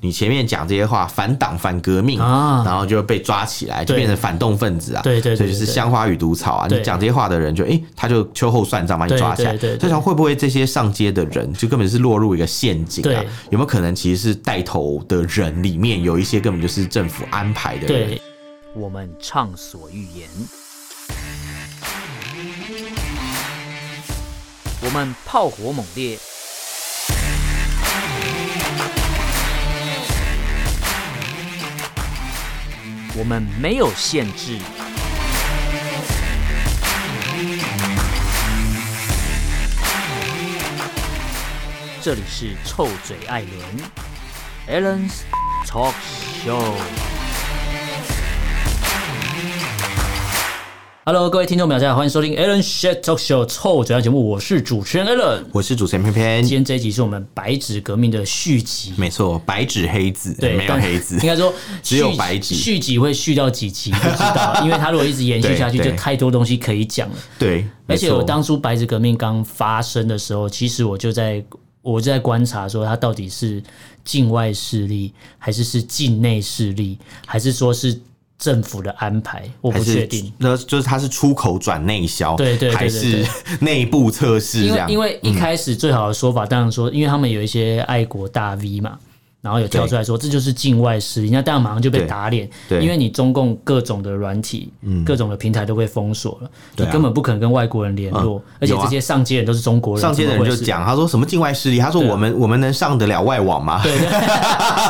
你前面讲这些话反党反革命，啊然后就被抓起来，就对变成反动分子啊。对对对所以就是对香花与毒草啊。你对讲这些话的人就，诶，他就秋后算账把你对抓起来。对对对所以想会不会这些上街的人就根本是落入一个陷阱啊对？有没有可能其实是带头的人里面有一些根本就是政府安排的人？对，我们畅所欲言；我们炮火猛烈；我们没有限制。这里是臭嘴艾伦 a l l e n s Talk Show。 Hello，各位听众朋友，大家好，欢迎收听 Alan Shet Talk Show 臭嘴巴节目，我是主持人 Alan。我是主持人偏偏今，天这一集是我们白纸革命的续集，没错，白纸黑字，对，没有但黑字 应。该说 只有续白纸续集会续到几集不知 道，因为它如果一直延续下去，对就对太多东西可以讲了。对，而且我没错当初白纸革命刚发生的时候，其实我就在我就在观察说，它到底是境外势力，还是是境内势力，还是说是政府的安排？我还不是确定。那就是它是出口转内销，对对对对还是对内部测试因这为样。嗯因为一开始最好的说法，当然说，因为他们有一些爱国大 V 嘛，然后有跳出来说这就是境外势力，那当然马上就被对打脸，对嗯因为你中共各种的软体、各种的平台都被封锁了，你对啊根本不可能跟外国人联络，而且有啊这些上街人都是中国人，上街的人就怎么回事。讲，他说什么境外势力，他说对啊我们我们能上得了外网吗？对，对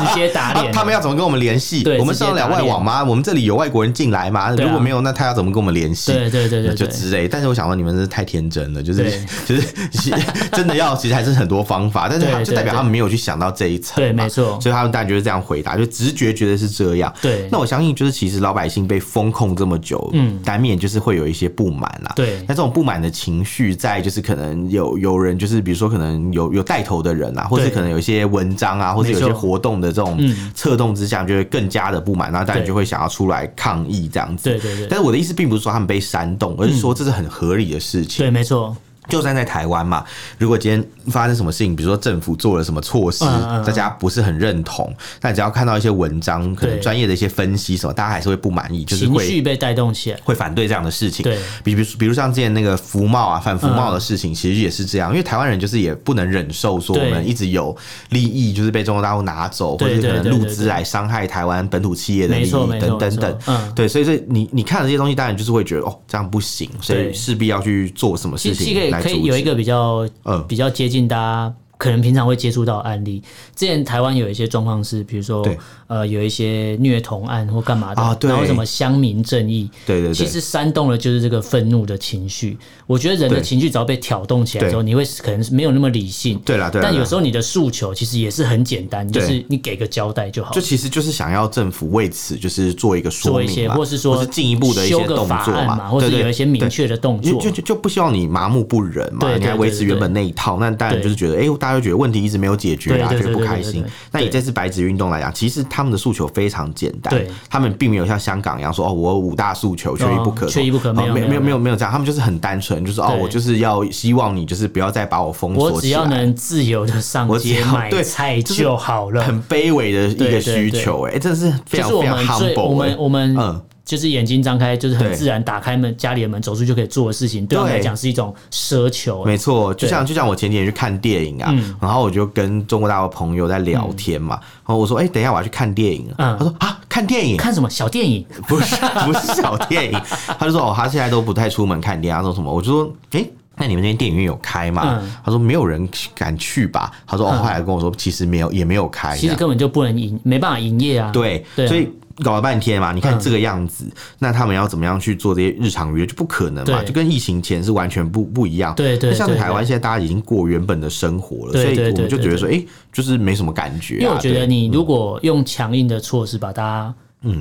直接打他脸 了。他们要怎么跟我们联系对？我们上得了外网吗？我们这里有外国人进来吗？对啊如果没有，那他要怎么跟我们联系？对对对对就对，之类。但是我想到你们真是太天真了，就是对就是 其实真的要，其实还是很多方法，但是他对就代表对他们没有去想到这一层对嘛，没错所以他们大家就是这样回答，就直觉觉得是这样。对那我相信就是其实老百姓被封控这么久，嗯难免就是会有一些不满啦。对那这种不满的情绪，在就是可能有有人就是比如说可能有有带头的人啊，或是对可能有一些文章啊，或是有一些没错活动的这种嗯策动之下，就会更加的不满，然后大家对就会想要出来抗议这样子。对对对嗯但是我的意思并不是说他们被煽动，而是说这是很合理的事情。对，没错，就算在台湾嘛，如果今天发生什么事情，比如说政府做了什么措施，嗯嗯嗯大家不是很认同，但只要看到一些文章，可能对专业的一些分析什么，大家还是会不满意，就是情绪会。被带动起来。会反对这样的事情，对嗯比比如比如像之前那个服贸啊、反服贸的事情，其实也是这样，因为台湾人就是也不能忍受说我对们一直有利益就是被中国大陆拿走，或对者是可能对对募对资对来伤害台湾本土企业的利没益错，没错，等等没错等，嗯，对，所以所以你你看了这些东西，当然就是会觉得哦，这样不行，所以对势必要去做什么其事实可情以来可阻以有一止。个比较嗯比较接近大家可能平常会接触到的案例。之前台湾有一些状况是，比如说对呃有一些虐童案或干嘛的，啊对然后什么乡民正义，对对对其实煽动了就是这个愤怒的情绪。我觉得人的对情绪只要被挑动起来之后，对你会可能是没有那么理性。对啦对啦但对有啦时候你的诉求其实也是很简单，就对是你给个交代就好就了。其实就是想要政府为此就是做一个说做一明些，嘛，或是说进一步的一些修个动法作案嘛，或对是对有一些明对确的动就作就就就不希望你麻木不仁嘛，对你还对维对持对原本对那一套，那当然对就是觉得，哎、大家就觉得问题一直没有解决啊，对对觉得对不对开对对心对。那以对这次白纸运动来讲，其实他们的诉求非常简单对，他们并没有像香港一样说，哦，我有五大诉求，缺一不可，哦缺一不可哦没有没没有有没没有有没有这样，他们就是很单纯，就是哦，对我就是要希望你就是不要再把我封锁起来，我只要能自由的上我只街要买对菜就是就好了。很卑微的一个对对需对求、哎，真的是非就常是我非常们最 humble，我哎们我嗯们就是眼睛张开，就是很对自然打开门家里的门走出去就可以做的事情，对我们对来讲是一种奢求。欸没错，就对像就像我前几天去看电影啊，嗯然后我就跟中国大陆朋友在聊天嘛，然后我说：“哎、等一下我要去看电影了。嗯他说：“啊，看电影看什么小电影？ 不是不是小电影。” 他就说：“哦，他现在都不太出门看电影。”他啊说什么？我就说：“哎、那你们那些电影院有开吗？”嗯他说：“没有人敢去吧？”他说：“哦，后来跟我说，其实没有，也没有开。”啊其实根本就不能营，没办法营业啊。哎对，对啊所以搞了半天嘛，你看嗯这个样子，那他们要怎么样去做这些日常娱乐就不可能嘛，对就跟疫情前是完全不不一样。对对那像在对台湾对现在大家已经过原本的生活了，对所以对我们对就对觉得说，哎，就是没什么感觉啊。因为我觉得对你如果用强硬的措施把大家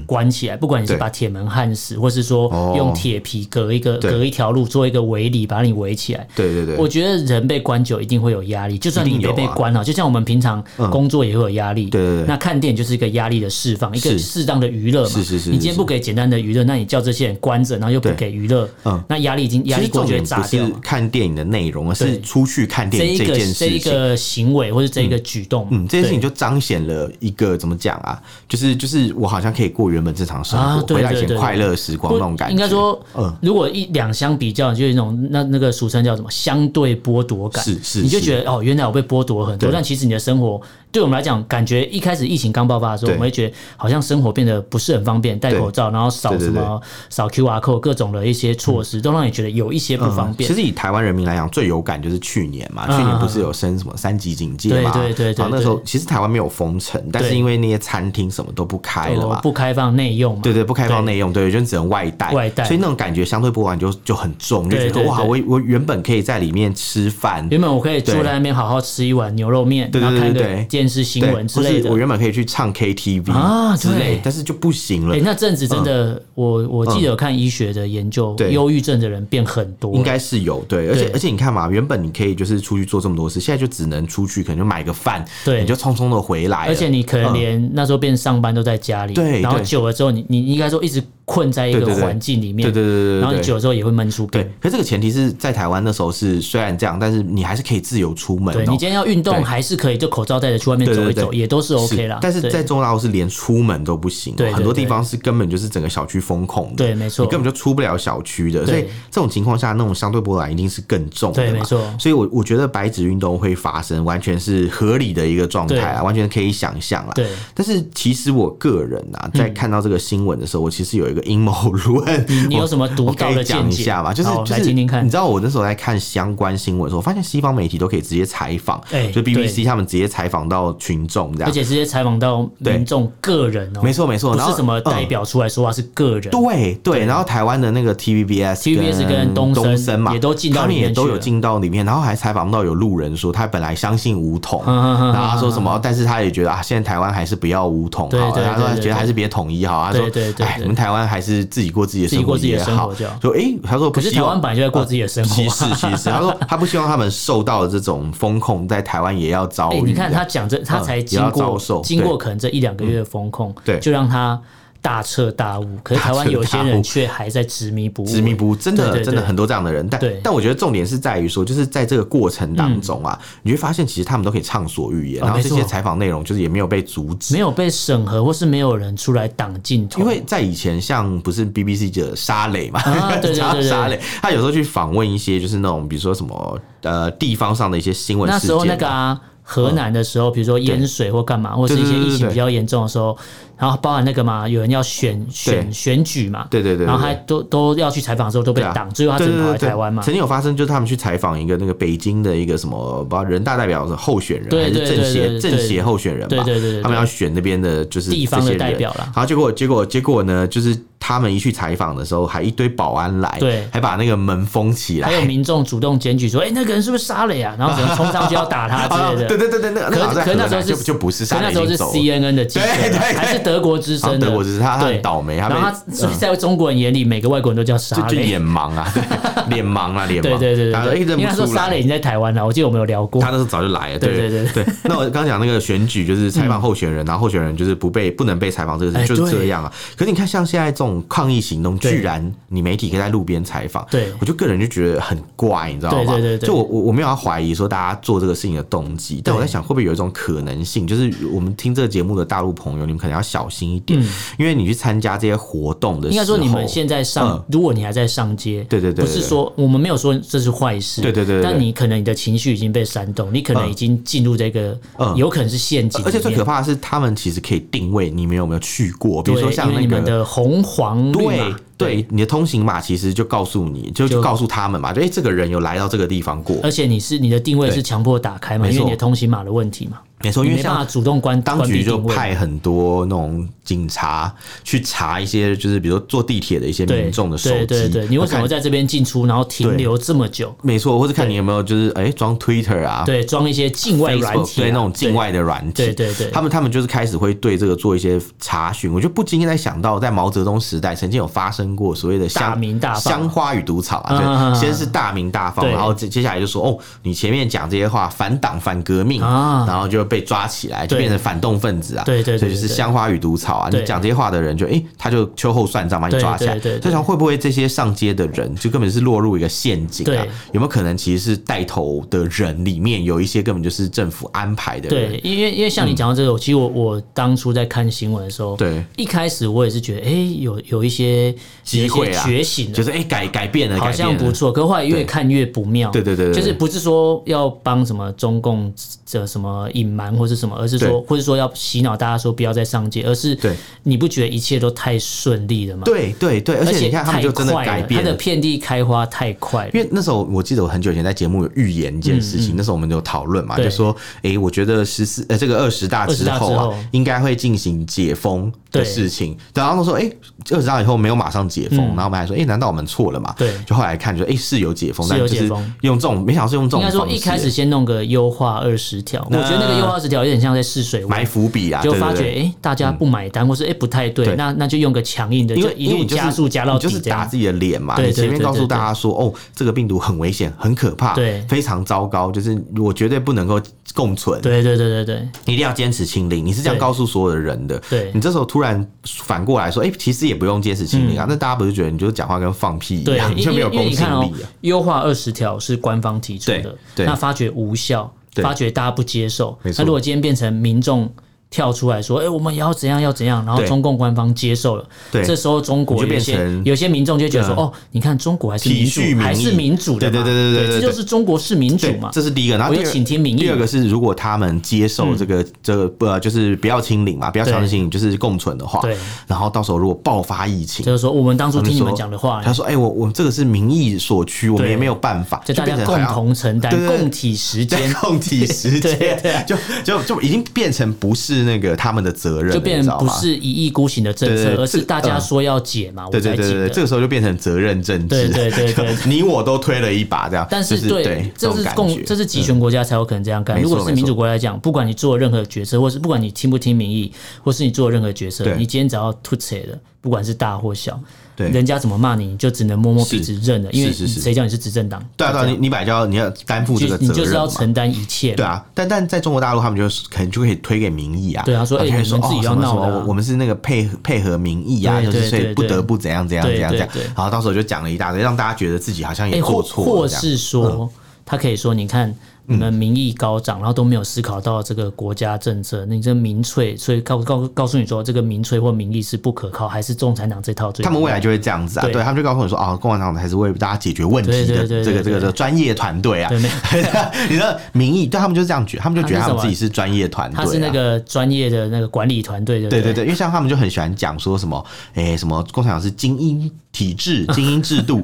关起来，不管你是嗯对把铁门焊死，或是说哦用铁皮隔一个对隔一条路做一个围篱把你围起来，对对对，我觉得人被关久一定会有压力，就算一你定没有啊嗯被关哦了，就像我们平常工作也会有压力。对对对那看电影就是一个压力的释放，一个是适当的娱乐嘛。是是是你今天是不给简单的娱乐，那你叫这些人关着，然后又不对给娱乐，嗯那压力已经压其力实过重就会点炸不掉是嘛。看电影的内容，而是对出去看这电一影这个件这一事情。个行为或者这一个举动，嗯，这件事情对就彰显了一个怎么讲啊？就是就是我好像可以过原本正常生活，啊对回到以对对前快乐时光不哦那种感觉。应该说嗯，如果一两相比较，就有一种那那个俗称叫什么相对剥夺感，是是你就觉得哦，原来我被剥夺很多，对但其实你的生活对我们来讲，感觉一开始疫情刚爆发的时候，对我们会觉得好像生活变得不是很方便，戴口罩，然后扫对对什对嗯么扫 QR code 各种的一些措施，都让你觉得有一些不方便其。实以台湾人民来讲，最有感就是去年嘛，嗯去年不是有升什么三级警戒嘛？对对对对然后那时候其实台湾没有封城，但是对因为那些餐厅什么都不开了哦嘛。不开放内用嘛，啊对对，不开放内用，对，就只能外带，外带所以那种感觉相对不完就就很重，就觉得对对对哇，我我原本可以在里面吃饭，原本我可以坐在那边好好吃一碗牛肉面，对对然后看对对个对电视新对，闻之类或的是我。原本可以去唱 KTV 啊之类对，但是就不行了哎、，那阵子真的，我我记得有看医学的研究，嗯对忧郁症的人变很多，应该是有对，而且对而且你看嘛，原本你可以就是出去做这么多事，现在就只能出去，可能就买个饭，对你就匆匆的回来了，而且你可能连那时候变上班都在家里，嗯对然后对久了之后你，你你应该说一直困在一对个对对环境里面，对对对对对，然后你对久了之后也会闷出病对。，可这个前提是在台湾那时候是虽然这样，但是你还是可以自由出门、哦。对你今天要运动对还是可以，就口罩戴着去外面对对走一对走，也都是 OK 啦。但是对在中澳是连出门都不行哦、对对对很多地方是根本就是整个小区封控的，对没错你根本就出不了小区的，对所以这种情况下，那种相对波澜一定是更重的嘛，对没错所以我我觉得白纸运动会发生，完全是合理的一个状态啊，对完全可以想象啦。对嗯但是其实我个人啊，在看到这个新闻的时候，我其实有一个阴谋论，你你有什么独我可到的以见讲一解下嘛，就是好就是来听听看你知道我那时候在看相关新闻的时候，我发现西方媒体都可以直接采访，哎就对 BBC 他们直接采访到群众这而样。且直接采访到对民众个人哦，没错没错不然是后嗯什么代表出来说话，是个人。对对，然后台湾的那个 TVBS、 TVBS 跟跟东森森嘛，也都进到他们里面也都去有了进到里面，然后还采访到有路人说他本来相信五统，嗯嗯嗯然后他说什么，但是他也觉得啊，现在台湾还是不要五统对好对了，他说对他对觉得还对是别统一好，他对说对对哎，对我们台湾还是自己过自己的自己生过活自己的也生活好就好，说哎，他说不可是希台望湾本来就在过自己的生活歧啊。视 歧视。他说他不希望他们受到的这种风控在台湾也要遭哎、遇。你看这他样讲这，他嗯才也经要过遭受经对过嗯可能这一两个月的风控，对就让他大彻大悟。可是台大湾彻有些大人悟却还在执迷不悟，执迷不悟，真对对的对真的很多这样的人，但对但我觉得重点是在于说，就是在这个过程当中啊，你会发现其实他们都可以畅所欲言，嗯哦然后没这错些采访内容就是也没有被阻止没。有被审核，或是没有人出来挡镜头，因为在以前，像不是 BBC 的沙磊嘛，啊对对对对沙磊，他有时候去访问一些就是那种比如说什么呃地方上的一些新闻那事时件啊，嗯候那个啊。河南的时候，比如说淹水或干嘛，或是一对些对对疫情对比较严重的时候，然后包含那个嘛，有人要选选对选举嘛，对对对对然后他都都要去采访的时候都被对啊挡，最后他对只能对对跑来对，台湾嘛，曾经有发生，就是他们去采访一个那个北京的一个什么，不知道人大代表的候选人对还是对对政对对协政对协候选人吧，对对对对对他们要选那边的就是地方这的些人代表啦然后结果结果结果呢，就是他们一去采访的时候，还一堆保安来，对还把那个门封起来还。有民众主动检举说，哎，那个人是不是杀了呀？然后只能冲上去要打他 啊之类的对。对对对，那个可个好是像可是那时候就是就不是可沙那磊已时候经是走了 CNN 的记者啊对对对还是德国之声的，啊德国之声他他很对倒霉他然被嗯后他所以在中国人眼里，每个外国人都叫就沙就磊脸。盲啊， 对脸盲啊，脸盲。对对对然后对哎对，认因为他不说出沙来磊已。经在台湾了，我记得我们有聊过他。那时候早就来了，对对对对嗯对。那我刚刚讲那个选举，就是采访候选人，然后候选人就是不被不能被采访，这个哎事就是对这样啊。可是你看，像现在这种抗议行动，对居然你媒体可以在路边采访，对我就个人就觉得很怪，你知道吗？对对对对就我我我没有要怀疑说大家做这个事情的动机，但我在想会不会有一种可能性，就是我们听这个节目的大陆朋友，你们可能要小心一点，因为你去参加这些活动的时候，嗯应该说你们现在上嗯，如果你还在上街，对对对对不是说我们没有说这是坏事，对对对对对但你可能你的情绪已经被煽动，你可能已经进入这个，嗯有可能是陷阱里面，而且最可怕的是，他们其实可以定位你们有没有去过，比如对，说像因为那你们个。的红黄绿对嘛，对你的通行码其实就告诉你，就就告诉他们嘛，就哎、这个人有来到这个地方过，而且你是你的定位对是强迫打开嘛，没因为错你的通行码的问题嘛，没错，你因为没办法像主动关当关局闭就定位嘛。派很多那种警察去查一些，就是比如说坐地铁的一些对民众的手机，对对对，你为什么看？在这边进出，然后停留这么久？没错，或者看你有没有就是哎装 Twitter 啊，对，装一些境外 Facebook，软体啊，对那种境外的软体，对对对他们他们就是开始会对这个做一些查询。我就不禁在想到，在毛泽东时代曾经有发生过所谓的大香名大放香花与毒草啊，啊对，先是大名大放，对然后接接下来就说哦，你前面讲这些话反党反革命，啊然后就被抓起来，就对变成反动分子啊，对对对所以就是对香花与毒草啊，对你讲这些话的人就哎，他就秋后算账把你对抓起来，对对对所以想会不会这些上街的人就根本是落入一个陷阱啊对？有没有可能其实是带头的人里面有一些根本就是政府安排的人？嗯对，因为因为像你讲到这个，其实我我当初在看新闻的时候，对一开始我也是觉得，哎、有有一些机会啊有一些觉醒就了。是哎、诶改改变了，好像改变不了。错，可后来越看越不妙。对对对对对就是不是说要帮什么中共这什么隐瞒或是什么，而是说对或是说要洗脑大家说不要再上街，而是对你不觉得一切都太顺利了吗？对对对，而且你看他们就真的太快了改变它了的。遍地开花太快了。因为那时候我记得我很久以前在节目有预言一件事情，那时候我们有讨论嘛，嗯对就说，哎、我觉得十四呃这个二十大之后20大啊，之后应该会进行解封的事情。对然后说，哎、二十大以后没有马上解封，然后我们还说，哎、难道我们错了嘛？嗯对就后来看就，哎、是有解封，是但有就是解封用这种，没想到是用这应该种说方式，一开始先弄个优化二十条，我那觉得那个优化二十条有点像在试水温埋，伏笔啊，就对对发觉对嗯哎、诶大家不买单，或是哎、诶不太对，对那那就用个强硬的，因就为一因为路你就是加速加到你就底是这打样。自己的脸嘛。对你对前面对告诉对大家说，哦，这个病毒很危险，很可怕，对非常糟糕，就是我绝对不能够共存，对对对对对一定要坚持清零。你是这样对告诉所有的人的。对你这时候突然反过来说，哎，其实也不用坚持清零啊，那大家不是觉得你就是讲话跟放屁一嗯对样，，你就因没为有因为公你信看哦力啊？，优化二十条是官方提出对的，对那发觉无效，对发觉大家不接受没，错那如果今天变成民众。跳出来说：“哎、我们也要怎样，要怎样。”然后对中共官方接受了，对这时候中国你就有变些成有些民众就会觉得说：“对啊哦，你看中国还是民体恤民主，意还是民主的对嘛，对对对对对这对就是中国是民主对嘛。”这是第一个。然后我第就二请嗯听民意。第二个是，如果他们接受这个、这个不、呃就是不要清零嘛，不要强制清零，就是共存的话对，然后到时候如果爆发疫情就，是说我们当初他听你说们讲的话，他说：“哎、我我这个是民意所趋，我们对也没有办法，就大变家成共好像同承担、对对对共体 时对间，共体时 对间，就就就已经变成不是那个他们的责任了，就变你知道成不吗？是一意孤行的政对策对，对而是这大家嗯说要解嘛，我对对才对解对，对这的。个时候就变成责任政治，对对对对 你我都推了一把这样，但就是是对，这种是感共，觉嗯这是集权国家才有可能这样干。没如错果是民没主错国家来讲，不管你做任何决策，或是不管你听不听民意，或是你做任何决策，对你今天只要吐槽了，不管是大或小，对人家怎么骂你，你就只能摸摸鼻子认了，因为是是是谁叫你是执政党？对啊对啊，就你你本来就要你要担负这这个责样就任嘛，你就是要承担一切嘛。对啊，但但在中国大陆，他们就是可能就可以推给民意啊。对啊说他哎可以说你们自己哦要什么闹的啊什么我我们是那个配合配合民意啊，就对是所对以对不得不怎样怎样对怎样怎样对对。然后到时候就讲了一大堆，让大家觉得自己好像哎，也做或错或了这样。嗯是说，他可以说，你看你们民意高涨，然后都没有思考到这个国家政策，你这民粹，所以告告告诉你说，这个民粹或民意是不可靠，还是共产党这套最他们未来就会这样子啊，对对他们就告诉你说啊，共产党才是为大家解决问题对对的对这个对这个这个专业团队啊对没。 你的民意，对他们就是这样觉得，他们就觉得他他是什么们自己是专业团队啊。他是那个专业的那个管理团队，对不对对对对，因为像他们就很喜欢讲说什么，哎、什么共产党是精英体 制、精英制度，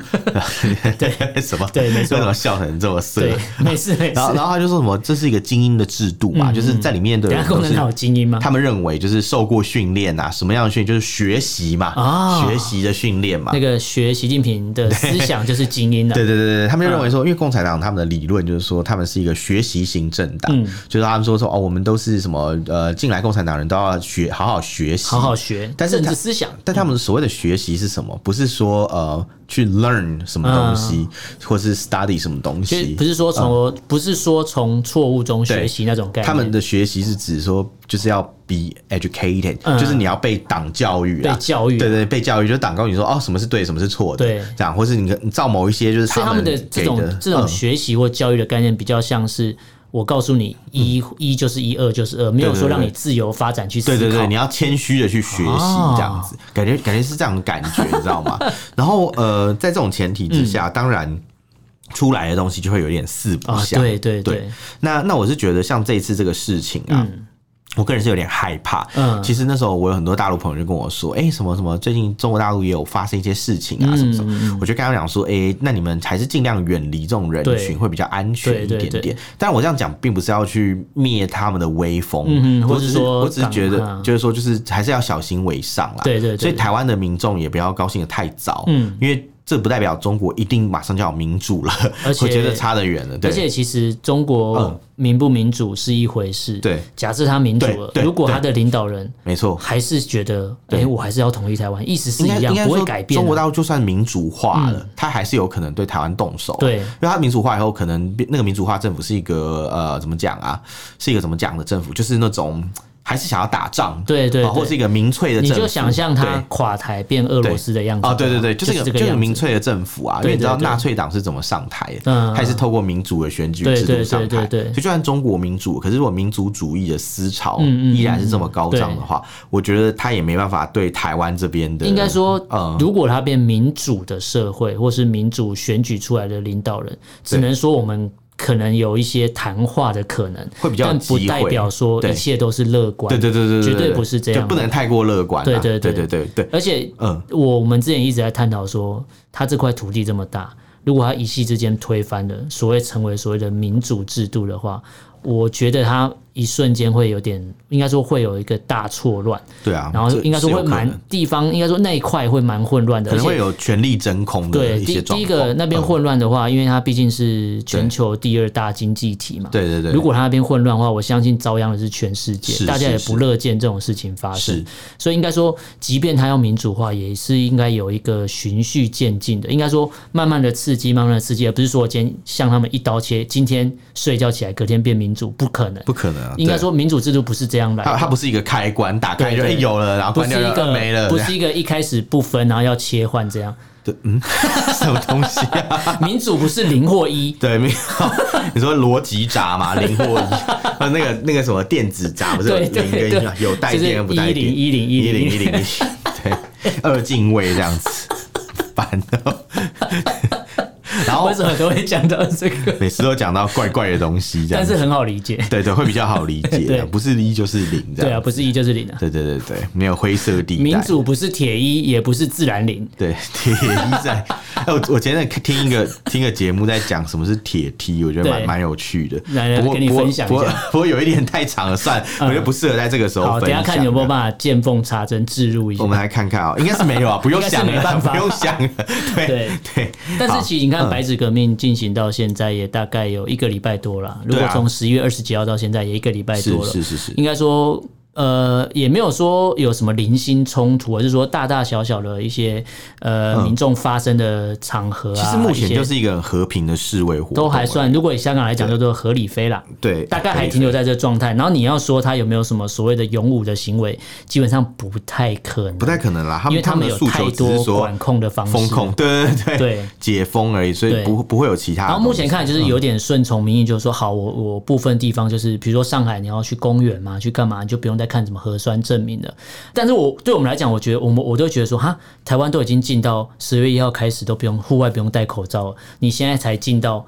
对 什么对没错为什么笑成这么色？对， 没事没事然。后，然后他就说什么这是一个精英的制度嘛，就是在里面的嗯等一下人共都产是党有精英吗？他们认为就是受过训练啊，什么样的训练就是学习嘛，啊学习的训练嘛那。个学习近平的思想就是精英 了对，对对对，他们就认为嗯说，因为共产党他们的理论就是说，他们是一个学习型政党，嗯就是他们说说哦，我们都是什么呃，进来共产党人都要学，好好学习，好好学，但是政他治思想但他们所谓的学习是什么？不是说呃去 learn 什么东西，或是 study 什么东嗯其实西不。是说从不是说从错误中学习那种概念，他们的学习是指说，就是要 be educated，、就是你要被党教育啦，嗯被教育啊对对，被教育，就是党告诉你说，哦，什么是对，什么是错的，对这样，或是你你照某一些就是所以他们们的给这种这种嗯学习或教育的概念，比较像是我告诉你一一就是一，二就是二，没有嗯对对说让对你自由发展去思对考。哦对对，你要谦虚的去学习，这样子，感觉感觉是这样的感觉，你知道 吗？然后呃，在这种前提之下，嗯当然出来的东西就会有点四不啊，像，对对对对，那那我是觉得像这一次这个事情啊，我个人是有点害怕。嗯其实那时候我有很多大陆朋友就跟我说，哎、什么什么，最近中国大陆也有发生一些事情嗯啊，什么什么。我就跟他们讲说，哎、那你们还是尽量远离这种人对群，会比较安全一对点对点。对但我这样讲，并不是要去灭他们的威风，嗯哼我或是只是说我只是觉赶得快，啊就是说，就是还是要小心为上啦。对对对所以台湾的民众也不要高兴的太早，嗯，因为这不代表中国一定马上就要有民主了，而 且我觉得差得远了。对，而且其实中国嗯民不民主是一回事，对假设他民主对了，对如果他的领导人没错。还是觉得，哎、对我还是要统一台湾，意思是应该一样应，该不说，会改变啊、嗯中国大陆就算民主化了，它还是有可能对台湾动手。啊对因为它民主化以后，可能变那个民主化政府是一个呃，怎么讲啊？是一个怎么讲的政府？就是那种还是想要打仗，对对啊或对是一个民粹的你政府。就想象对他垮台变俄罗斯的样子哦，对对对，就就是一这个个就是样民子。粹的政府啊，因对为你知道对对纳粹党是怎么上台嗯的，他也是透过民主的选举对制对度上台。对对对所以就算中国民主，可是如果民族主义的思潮嗯嗯依然是这么高涨的话，我觉得他也没办法对台湾这边的，应该说嗯，如果他变民主的社会，或是民主选举出来的领导人，只能说我们可能有一些谈话的可能，会比较有但不机代会表说对一切都是乐观。对对对对，绝对不是这样就不能太过乐观啊。对对对对对对对，而且，嗯我我们之前一直在探讨说，他这块土地这么大，如果他一夕之间推翻了所谓成为所谓的民主制度的话，我觉得他一瞬间会有点，应该说会有一个大错乱，对啊。然后这应该说是会有可能蛮地方，应该说那一块会蛮混乱的，可而能会且。有权力真空的对，一第些第状况。一个那边嗯混乱的话，因为它毕竟是全对球第二大经济体嘛。对对对，如果他那边混乱的话，我相信遭殃的是全世界，是大家是也是不乐见这种事情发生是。所以应该说，即便他要民主化，也是应该有一个循序渐进的。应该说，慢慢的刺激，慢慢的刺激，而不是说今天像他们一刀切，今天睡觉起来，隔天变民主，不可能。不可能啊，应该对说，民主制度不是这样来它的。它不是一个开关，打开对就哎对有了，然后不关是掉就一个没了，不是一个一开始不分，然后要切换这样。什么东西啊？民主不是零 或一，对，没有。你说逻辑闸嘛，零或一，呃，那个那个什么电子闸不是有对对零跟一嘛，对有带电跟不带电，就是1010一零一零一，对，二进位这样子，烦哦。然后为什么都会讲到这个？每次都讲到怪怪的东西，这样 但是子，很好理解。对对，会比较好理 解，这样不是一就是零，这对啊，样，不是一就是零啊。对对对对，没有灰色地带，民主不是铁一，也不是自然零。对，铁一在。哎， 我我前阵听一个听一个节目在讲什么是铁梯，我觉得蛮对蛮有趣的。来来不过跟你不过分享一不过下嗯不过有一点太长了，算我觉得不适合在这个时候好，分等一下享。看有没有办法见缝插针置入一啊下我。们来看看啊，应该是没有啊，不用 应该是想没办了，法不用想 了。对对对，但是好其实你看，白纸革命进行到现在也大概有一个礼拜多了。如果对啊从十一月二十几号到现在也一个礼拜是多了，是是是，应该说。呃，也没有说有什么零星冲突，而是说大大小小的一些呃、民众发生的场合啊，嗯其实目前一些就是一个很和平的示威活动，啊都还算，如果以香港来讲，叫做合理非啦。对，大概还停留。留在这个状态。然后你要说他有没有什么所谓的勇武的行为，基本上不太可能，不太可能啦，他因们为他们们的有诉太求只多是说管控的方式。封控， 对对对对解封而已，所对以不不会有其他的然东西。嗯后目前看就是有点顺从民意，就是说好，我我部分地方就是，比如说上海，你要去公园嘛，去干嘛，你就不用再看什么核酸证明了。但是我对我们来讲，我觉得我们我都觉得说，哈，台湾都已经进到十月一号开始都不用户外不用戴口罩了，你现在才进到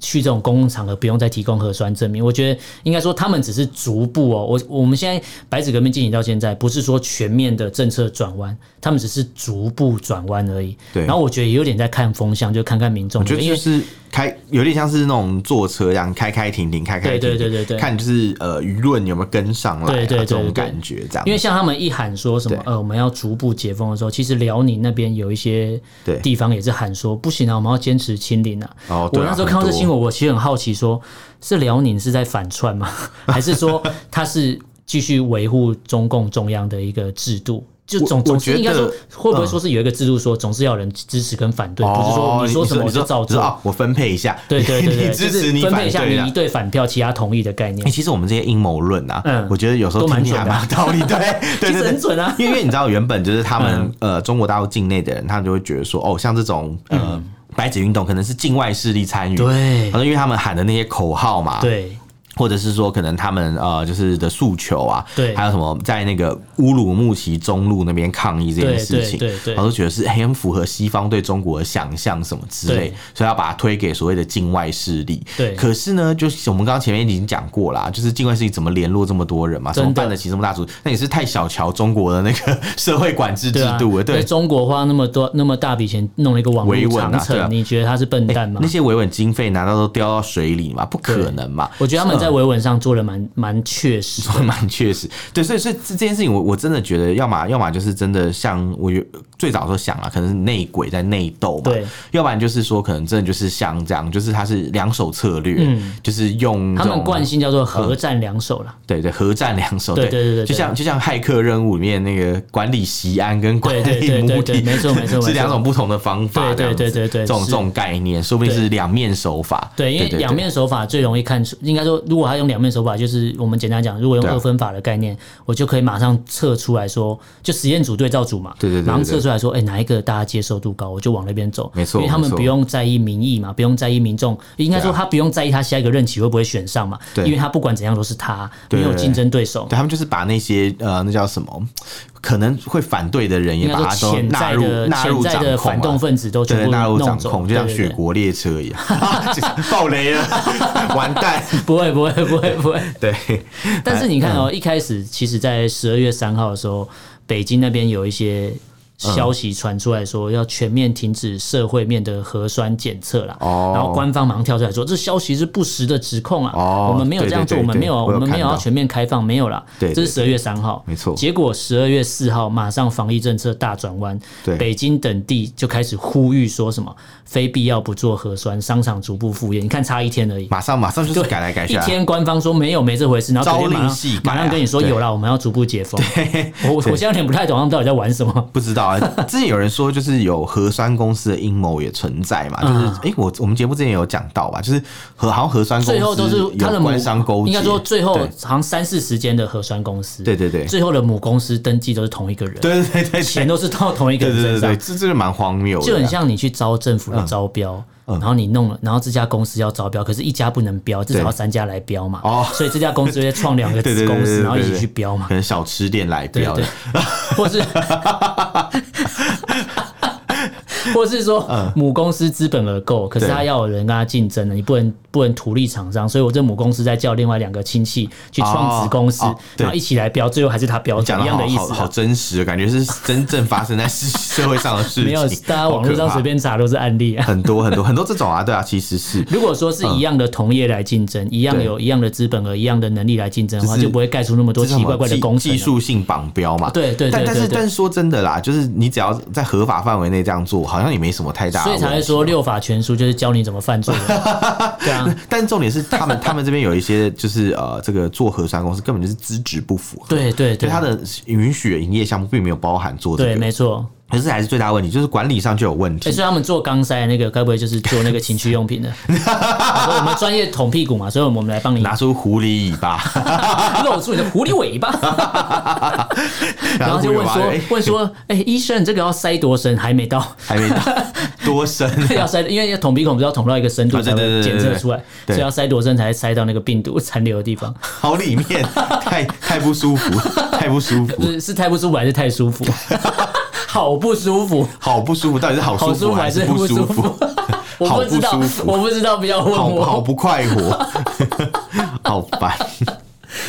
去这种公共场合不用再提供核酸证明。我觉得应该说他们只是逐步哦，我我们现在白纸革命进行到现在，不是说全面的政策转弯，他们只是逐步转弯而已。对然后我觉得也有点在看风向，就看看民众，我觉得因就为。是开有点像是那种坐车一样，开开停停，开开停停，对对对对对看就是呃舆论有没有跟上来、啊，对对对这对种感觉这样。因为像他们一喊说什么对呃我们要逐步解封的时候，其实辽宁那边有一些对地方也是喊说不行啊，我们要坚持清零啊。哦对我啊那时候看到这很多新闻，我其实很好奇说是辽宁是在反串吗？ 还是说他是继续维护中共中央的一个制度？就总我总我之觉得应该说，会不会说是有一个制度说总是要有人支持跟反对，不是说哦你说什么我你就说照你说做。哦，我分配一下，对对对 对，你支持就是你分反配一下对你啦一。对反票，其他同意的概念哎、。其实我们这些阴谋论啊，嗯我觉得有时候都蛮听起来准的啊蛮有道理，对 对其对实很对。准啊。嗯因为因为你知道，原本就是他们、呃中国大陆境内的人，他们就会觉得说，哦，像这种呃、白纸运动可能是境外势力参与，嗯对反正因为他们喊的那些口号嘛，对，或者是说可能他们呃就是的诉求啊，对还有什么在那个乌鲁木齐中路那边抗议这件事情，对对对对我都觉得是哎很符合西方对中国的想象什么之类对，所以要把它推给所谓的境外势力。对可是呢，就是我们刚刚前面已经讲过啦，就是境外势力怎么联络这么多人嘛，怎么真的办得起这么大组？那也是太小瞧中国的那个 社会管制制对啊，度了，对在。中国花那么多那么大笔钱弄了一个网维络稳啊长城，对啊哎你觉得他是笨蛋吗？那些维稳经费难道都掉到水里吗？不可对能嘛！我觉得他啊们在维稳上做的蛮蛮确实的，说得蛮确实， 对，所以所以这这件事情我，我真的觉得，要么要么就是真的像我有最早的时候想啊，可能是内鬼在内斗嘛，对，要不然就是说可能真的就是像这样，就是它是两手策略，就是用嗯他这们种惯性叫做核战两手啦。对对核战两手，对对对对就像就像骇客任务里面那个管理西安跟管对理对对目的对对没错没错没是错两种不同的方法，对对对对对这样子这种是这种概念，说不定对是两面手法，对，因为两面手法最容易看出，应该说，如果他用两面手法，就是我们简单讲，如果用对啊二分法的概念，我就可以马上测出来说，就实验组对照组嘛，对对对对马上测出来说，哎，哪一个大家接受度高，我就往那边走，没错因为他没们错不用在意民意嘛，不用在意民众，应该说对啊他不用在意他下一个任期会不会选上嘛，对因为他不管怎样都是他，对没对有竞争对手，对他们就是把那些呃，那叫什么，可能会反对的人也应该把他说都潜纳在入的纳入潜在掌的控、反啊动。分子都全对，部纳入掌弄走，控，就像对对雪对国列车一样，啊就是爆雷了， 完蛋。 不会不会不会不会，对， 但是你看嗯哦，一开始其实，在十二月三号的时候，北京那边有一些消息传出来说，要全面停止社会面的核酸检测啦。哦然后官方马上跳出来说，这消息是不实的指控啊，哦我们没有这样做，对对对我们没有，对我有们没有看要到全面开放，没有啦。对对这是十二月三号，没错结果十二月四号，马上防疫政策大转弯，对北京等地就开始呼吁说什么非必要不做核酸，商场逐步复业。你看差一天而已，马上马上就是对，改来改去一啊，天官方说没有没这回事，然后隔朝天令马上夕改啊马上跟你说对有啦，我们要逐步解封。我我现在有点不太懂他们到底在玩什么。不知道啊。之前有人说，就是有核酸公司的阴谋也存在嗯嘛，就是哎、诶我我们节目之前有讲到吧，就是核好像核酸公司最后都是他的有母官商勾结，应该说最后对好像三四十间的核酸公司，对对对最后的母公司登记都是同一个人，对对对对钱都是到同一个对人对对身对，嗯上，这这个蛮荒谬的啊，就很像你去招政府的招标，然后你弄了，然后这家公司要招标，可是一家不能标，至少对要三家来标嘛哦，所以这家公司就会创两个 对对子对公对司，对然后一起对去标嘛可，能小吃店来对标的对，或 是或是说母公司资本额够，可嗯是对他要有人跟他竞争的，你不能不能图利厂商，所以我这母公司在叫另外两个亲戚去创子公司哦哦，对然后一起来标，最后还是他标讲准的一样好的意好思好啊。真实，感觉是真正发生在世 社会上的事情。没有，大家网络上好可怕随便查都是案例 啊。很多很多很多这种啊，对啊，其实是如果说是一样的同业来竞争，一样对有一样的资本额、一样的能力来竞争的话，就是就不会盖出那么多这是什奇么怪怪的技工程技了。术性绑标嘛。对对对但但对是对但是说真的啦，就是你只要在合法范围内这样做，好像也没什么太大的所问以题。才会说六法全书就是教你怎么犯罪的。 对啊，但重点是，他 们他们这边有一些就是呃，这个做核酸公司根本就是资质不符合，对对所对，以它的允许的营业项目并没有包含做这对，个，没错。可是还是最大问题就是管理上就有问哎、题。所以他们做钢塞的那个，该不会就是做那个情趣用 品的？我说我们专业捅屁股嘛，所以我们来帮你拿出狐狸尾巴，露出你的狐狸尾 巴， 然后就问狐狸尾巴说哎问说，哎、医生，这个要塞多深？还没到， 还没到多深，要塞，因为捅鼻孔不是要捅到一个深度啊对才对会对对检对测出来，对所以要塞多深才塞到那个病毒残留的地方？好里 面，太太不舒服，太不舒服，是是太不舒服还是太 舒服？好不舒服，好不舒服，到底是好好舒服服还是不舒服？ 我好不知道不舒，服我不知道，不要问好我。好不快活， 好烦。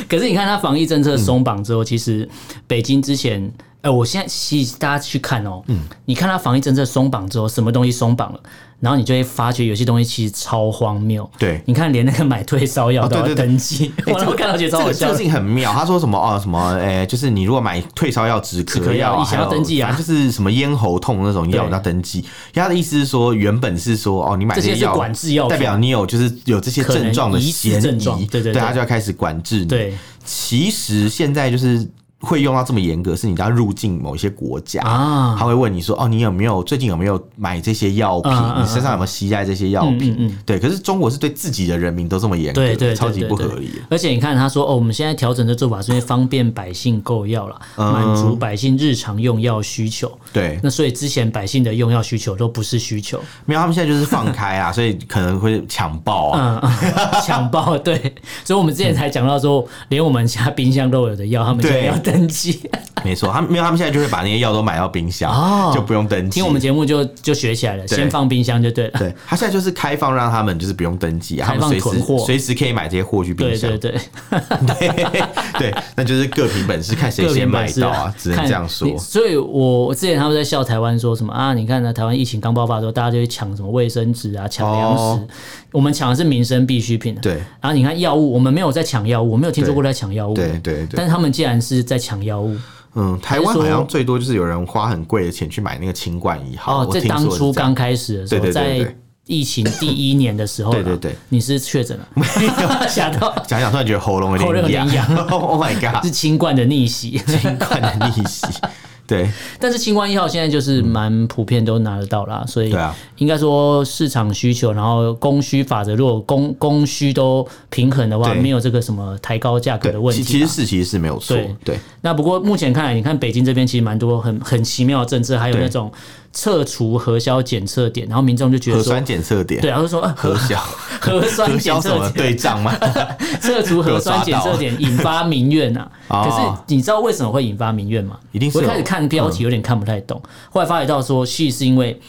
可是你看，它防疫政策松绑嗯之后，其实北京之前，呃，我现在其实大家去看哦，嗯你看它防疫政策松绑之后，什么东西松绑了，然后你就会发觉有些东西其实超荒谬。对你看连那个买退烧药都哦要对对对 登记，欸我都看到觉得超这好个这笑个的事。情很妙，他说什么哦什么，诶、就是你如果买退烧药、止止咳咳药药啊，以前要还有登记啊反正就是什么咽喉痛那种药对你要登记。他的意思是说，原本是说哦，你买这些是药管制药品代表你有就是有这些可能症状的疑似嫌疑，症状对对对他就要开始管制你。对，其实现在就是会用到这么严格，是你要入境某些国家，啊他会问你说：“哦，你有没有最近有没有买这些药品？嗯嗯你身上有没有携带这些药品？”嗯嗯嗯对，可是中国是对自己的人民都这么严格，对对，对超级对不合对理的。而且你看，他说哦，我们现在调整的做法是因为方便百姓购药啦，嗯满足百姓日常用药需求。对，那所以之前百姓的用药需求都不是需求，没有，他们现在就是放开啊，所以可能会抢爆啊。嗯， 抢爆对，所以我们之前才讲到说，连我们家冰箱都有的药，他们现在对要登记。没错，他们没有，他们现在就会把那些药都买到冰箱，哦就不用登记。听我们节目就就学起来了，对先放冰箱就对了。对他现在就是开放让他们就是不用登记啊，他开们放随囤时货随时可以买这些货去冰对箱对。对， 对，那就是各凭本事，看谁各先凭本买事到啊，只能看这样说你。所以我，我之前他们在笑台湾说什么啊？你看呢，台湾疫情刚爆发的时候，大家就会抢什么卫生纸啊，抢粮食。哦我们抢的是民生必需品。对。然后你看药物，我们没有在抢药物，我没有听说过在抢药物。对对对但是他们既然是在抢药物，嗯，台湾还是好说像最多就是有人花很贵的钱去买那个清冠一号。哦，我在听当说是初这样刚开始的时候，对对对对在疫情第一年的时候啦，对对对你是确 诊了，吓到讲一讲突然觉得喉咙喉有咙有点点痒。oh my 是 god！新冠的逆袭。 清冠的逆 袭，对但是新冠一号现在就是蛮普遍都拿得到啦，所以对啊应该说市场需求，然后供需法则，如果供供需都平衡的话，对没有这个什么抬高价格的对，问其题。啊其实。是其实是没有错对，对那不过目前看来，你看北京这边其实蛮多很很奇妙的政策，还有对那种撤除核销检测点，然后民众就觉核得说酸，检测点对，，然后就说啊核 核销核酸核检销什测么点，对账 吗？撤除核酸检测点引发民怨啊。 哦可是你知道为什么会引发民怨吗？一定是我一有嗯开始看标题有点看不太懂，后来发觉到说，其实是因为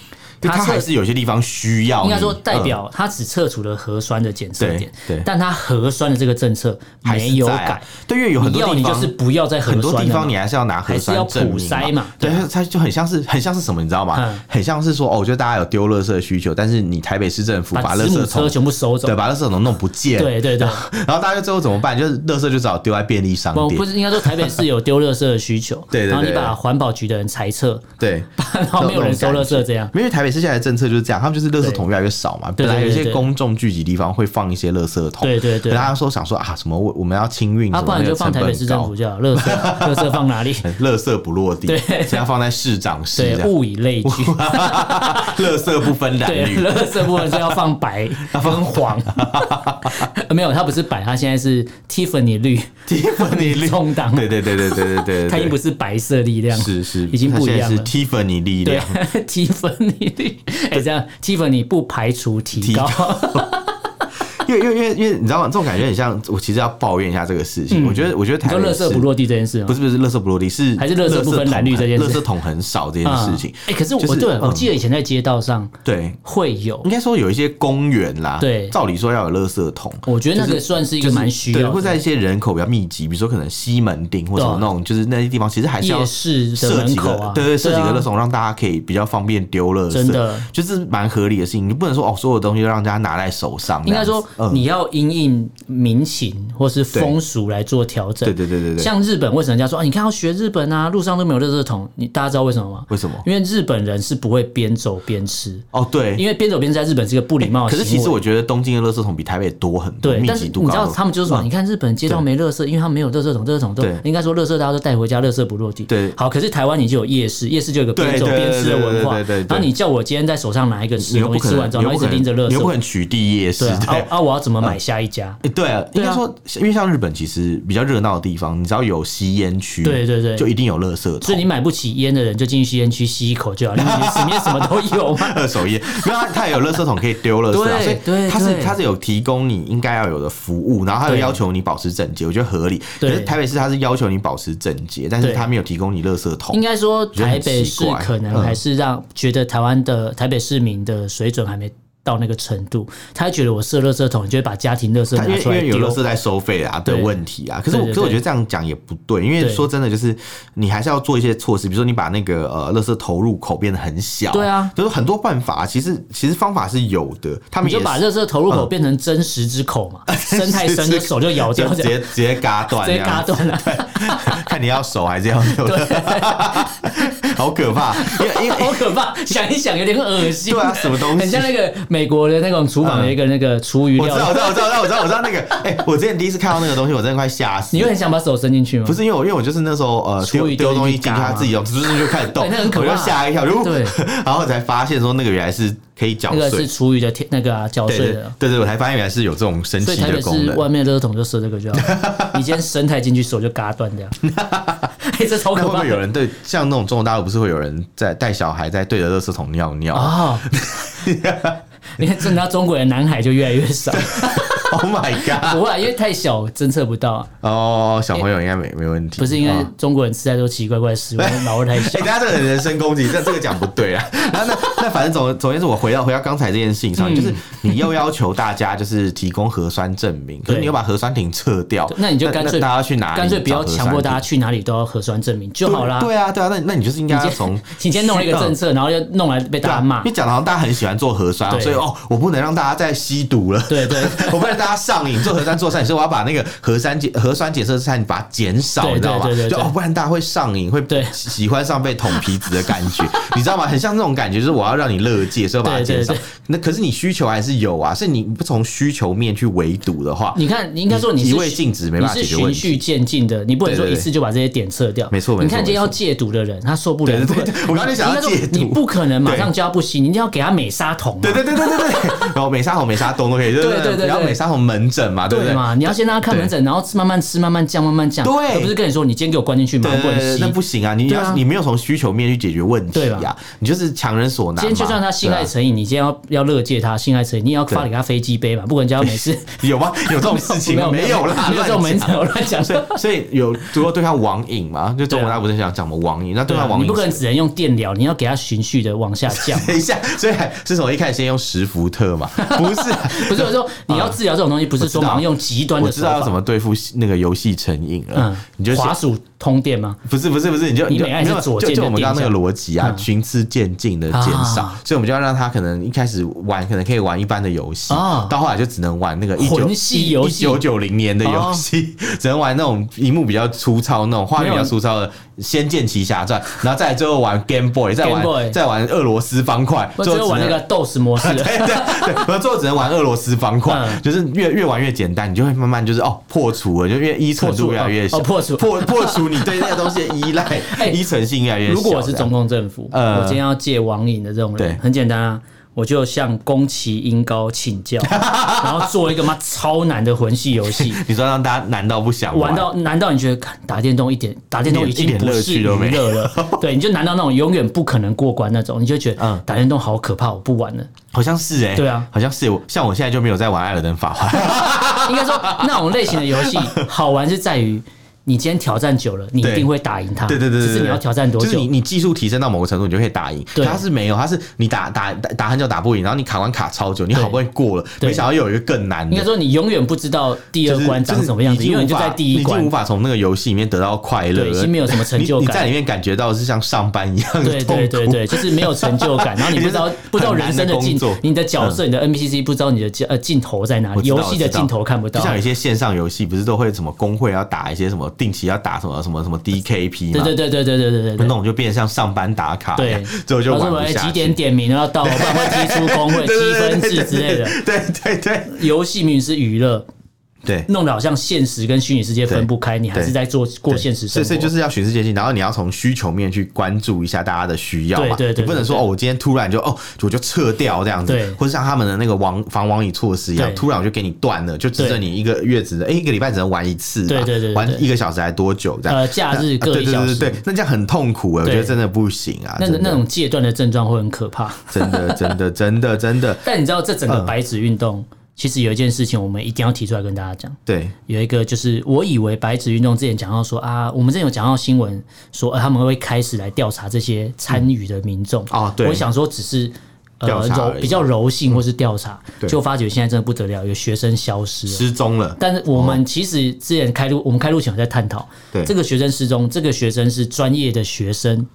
就它撤还是有些地方需要你，应该说代嗯表它只撤除了核酸的检测点，对对但它核酸的这个政策还是没有在啊改，，对，因为有很你多要地你就方是不要再核很酸了多嘛地方你还是要拿核酸证明还是要普筛嘛对，它它就很像是很像是什么，你知道吗嗯？很像是说哦，就大家有丢垃圾的需求，但是你台北市政府把把垃子母圾车桶全部收走对，，把垃圾桶弄不见，对对对。然后大家最后怎么办？就是垃圾就只好丢在便利商不，不店，是应该说台北市有丢垃圾的需求， 对对对然后你对把环保局的人裁撤， 对。然后没有人收垃圾这样，因为台北市现在的政策就是这样，他们就是垃圾桶越来越少嘛。对本来有一对对些对公众聚集地方会放一些垃圾桶，对对对可大家说想说啊，什么我我们要清运，啊，什么不然那就个放台成北本市政高府就好，垃圾垃圾放哪里？垃圾不落地，对现在放在市长室对这，样，物以类聚， 垃圾不分男 对，女，垃圾部分是要放白跟黄， 没有，它不是白，它现在是 Tiffany 绿，蒂 芬尼绿冲档对对对对对对对对，它已经不是白色力量，是是已经不一它样现在了是。蒂芬尼力对啊量， ，Tiffany 绿，哎，这样 Tiffany 不排除提提高，因为因为因为因为你知道吗？这种感觉很像，我其实要抱怨一下这个事情。我觉得我觉得台嗯 你说湾垃圾不落地这件事吗？不是不是，垃圾不落地是还是垃圾不分男女这件事垃圾桶很少这件啊事情。哎，可是就我是对我嗯记得以前在街道上对，会有应，该说有一些公园啦，对照理说要有垃圾桶。我觉得那个算是一个蛮需对，要会的。在一些人口比较密集，比如说可能西门町或什么对啊那种，就是那些地方，其实还是要夜市的设门几口个啊，，对对，设几啊个垃圾桶，让大家可以比较方便丢垃圾，真的就是蛮合理的事情。你不能说哦，所有东西都让大家拿在手上这应样该子，说嗯，你要因应民情或是风俗来做调整。对对对对对，像日本为什么人家说啊，你看要学日本啊，路上都没有垃圾桶，你大家知道为什么吗？为什么因为日本人是不会边走边吃，哦对，因为边走边吃在日本是个不礼貌可的行是为。其实我觉得东京的垃圾桶比台北多很多，对，密但是集你度知高道很他多。们就是什么？你看日本街道没垃圾，因为他们没有垃圾桶，垃圾桶都对应该说垃圾大家都带回家，垃圾不落地。对好，可是台湾你就有夜市，夜市就有一个边对走对边吃的对对文化。对对对对然后你叫我今天在手上拿一个你吃又东不西，可吃能，完之后你然又后一不直可拎着能，垃你又不可圾，能嗯取缔夜市对啊，对。啊啊，我要怎么买下一家？诶 对啊，应对啊该说，因为像日本，其实比较热闹的地方，你只要有吸烟区，对对对就一定有垃圾所以桶，你买不起烟的人就进去吸烟区吸一口就好， 里面里面什么都有嘛。二手烟，因为它它也有垃圾桶可以丢垃圾啊，对所以对它是对它是有提供你应该要有的服务，然后它有对要求你保持整洁，我觉得合理。可对是台北市它是要求你保持整洁，但是对它没有提供你垃圾桶应，该说台北市觉得很奇怪可能还是让觉得台湾的台北市民的水准还没到那个程度，他觉得我设垃圾桶，你就会把家庭垃圾它因拿为出因来为有丢垃。圾在收费啊的对问题啊，可是我对对可是我对觉得这样讲也不对，因为对说真的，就是你还是要做一些措施，比如说你把那个呃垃圾投入口变得很小，对啊，就是很多办法，其实其实方法是有的，他你们也就把是嗯垃圾投入口变成真实之口 嘛，生太深就手就咬掉就直这样，接直接嘎断， 直接嘎断了。这样，看你要手还是要对， 好可怕，因为因为好可怕！想一想有点恶心。对啊什么东西嗯很像那个美国的那种厨房的一个那个厨余我 知道，我料知，道，我知道，我知道，我知道那个。哎、我之前第一次看到那个东西，我真的快吓死。你会很想把手伸进去吗？不是因为我，因为我就是那时候呃厨丢余丢丢东西进去进去，它嘎自己就滋滋就开始动， 对那很可我就怕吓一跳，就对 然后我才发现说那个原来是可以搅那个碎是。厨余的天那个啊搅对碎对的。对对，我才发现原来是有这种神所奇以台的北功市能。外面的垃圾桶就设这 个就好了，你今天生态进去手就嘎断掉，哎，这超那会可不怕会有人对像那种中国大陆不是会有人在带小孩在对着垃圾桶尿尿？啊！你看，真的中国人南海就越来 越少， oh my god！不会啊，因为太小侦测不到啊，哦，小朋友应该没没问题。不是因为哦中国人吃太多奇奇怪怪的食物，脑袋太 小哎、。大家这个人身攻击，这这个讲不对啊。 然后那那反正总总而言之，我回到回到刚才这件事情嗯上，就是你又要求大家就是提供核酸证明，可是对你又把核酸亭撤掉，那你就干脆那大家去哪里？干脆不要强迫大家家去哪里都要核酸证明就好啦。哎对啊，对啊，那那你就是应该要从 你今天弄了一个政策，然后又弄来被对大啊家骂你。讲的好像大家很喜欢做核酸啊，对所以哦，我不能让大家再吸毒了。对对 我不能让大家上瘾做核酸做善，所以我要把那个核酸检核酸检测站把它减少，对你知道吗对对？对就对哦，不然大家会上瘾，会对喜欢上被捅皮子的感觉，你知道吗？很像那种感觉，就是我要让你乐界，所以我把它对对减少对。那可是你需求还是有啊，是你不从需求面去围堵的话，你看，你应该说你一是味禁止没办法你解是决问循题。序渐进的，你不能说对对一对次就把这些点撤掉。没错没错你看今天要戒毒的人，他受不了，对对对你不可对我刚才想要应该说戒毒你不可能马上对就要不行，你一定要给他美沙酮啊嘛。对对对对对对， 然后美沙酮、美沙酮都可以，对对对对然后美沙酮门诊嘛，对不对对？嘛？你要先让他看门诊，然后吃慢慢吃，慢慢降，慢慢降。对而不是跟你说你今天给我关进去，马对上对不能对，吸那。不行啊！你要、对啊你没有从需求面去解决问题对啊吧，你就是强人所难嘛。今天就算他性爱对啊成瘾，你今天要要乐戒他性爱成瘾，你也要发给他飞机杯嘛，不管叫他每次有吗？有 这种事情吗 没有有啦，没有这种乱门讲诊，我乱讲。所以所以有如果对他网瘾 嘛，就中国对啊大陆不是想讲嘛网瘾，那对对他啊，网你瘾。不可能只能用电疗，你要给它循序的往下降等一下，所以还是从一开始先用十伏特 嘛，不是？不是我说你要治疗这种东西，不是我说知道马上用极端我的知手道要怎法。么对付那个游戏成瘾了嗯，，你就先滑鼠通电吗？不是不是不是，你就你就每按没有是左就键就的我们刚刚那个点逻辑啊，嗯循次渐进的减少啊，所以我们就要让他可能一开始玩可能可以玩一般的游戏啊，到后来就只能玩那个一九魂系游一戏哦九九零年的游戏，只能玩那种荧幕比较粗糙、那种画面比较粗糙的《仙剑奇侠传》，然后再来最后玩 Game Boy，再 Game Boy 玩再玩俄罗斯方块，我最只后有玩那能个 DOS 模式 对对对，我最后只能玩俄罗斯方块，嗯就是越越玩越简单，你就会慢慢就是哦破除了，就越依存度越来越小，破除哦哦破破除你对那个东西的依赖， 哎依存性越来越小。如果我是中共政府，呃我今天要戒网瘾的这种对人，很简单啊，我就向宫崎英高请 教，然后做一个妈超难的魂系游戏。你说让大家难道不想玩到难道你觉得看打电动一点打电动已一经点不乐是趣娱都没乐了？对，你就难到那种永远不可能过关那种，你就觉得 嗯打电动好可怕，我不玩了。好像是哎、对啊好像是我像我现在就没有在玩《艾尔登法 环》应该说那种类型的游戏好玩是在于。你今天挑战久了，你一对定会打赢它。对，对对对对，只是你要挑战多就是你久？你技术提升到某个程度，你就可以打赢。对它是没有，它是你打打打打很久打不赢，然后你卡关卡超久，你好不容易过了，对没想到又有一个更难的应该。说你永远不知道第就二是关长什么样子，就是已经因为无你就法在第你一已经关无。法从那个游戏里面得到快乐了，对已经没有什么成就你感你在里面感觉到是像上班一样的对对对痛苦对，就是没有成就 感，然后你不知道就是很不知道人生的难的工尽作，嗯你的角色、你的 NPC 不知道你的呃镜头在哪我里，知道游戏的我知道镜头看不就到。像有一些线上游戏，不是都会什么工会要打一些什么定期要打什么什么什么 DKP 嘛？对对对对对对对对那对。种就变得像上班打卡一样对，最后就老师玩我不要下几去。点点名要到，不然会踢出工 对会积对分对制之类的。对对对游戏明明是娱乐，对弄得好像现实跟虚拟世界分不开，你还是在做过现实所生以，所以就活。是要循序渐进，然后你要从需求面去关注一下大家的需要嘛。对对对你不能说对哦，对我今天突然就哦，我就撤掉这样子对，或者像他们的那个网防网瘾措施一样，对突然我就给你断了，就只剩你一个月只能哎一个礼拜只能玩一次吧，对对对对玩一个小时还多久这样？呃，假日啊各对一对小对对时对，，那这样很痛苦哎，我对觉得真的不行啊，那真那的种戒断的症状会很可怕。 真的真的真的真的但你知道这整个嗯白纸运动，其实有一件事情我们一定要提出来跟大家讲。对有一个就是，我以为白纸运动之前讲到说啊，我们之前有讲到新闻说、呃他们会开始来调查这些参与的民众嗯哦对我想说只是。调呃，查柔而已嗯比较柔性或是调查，对就发觉现在真的不得了，有学生消失了。失踪了，但是我们其实之前开录，我们开录前有在探讨哦对，嗯这个学生失踪，这个学生是专业的学生，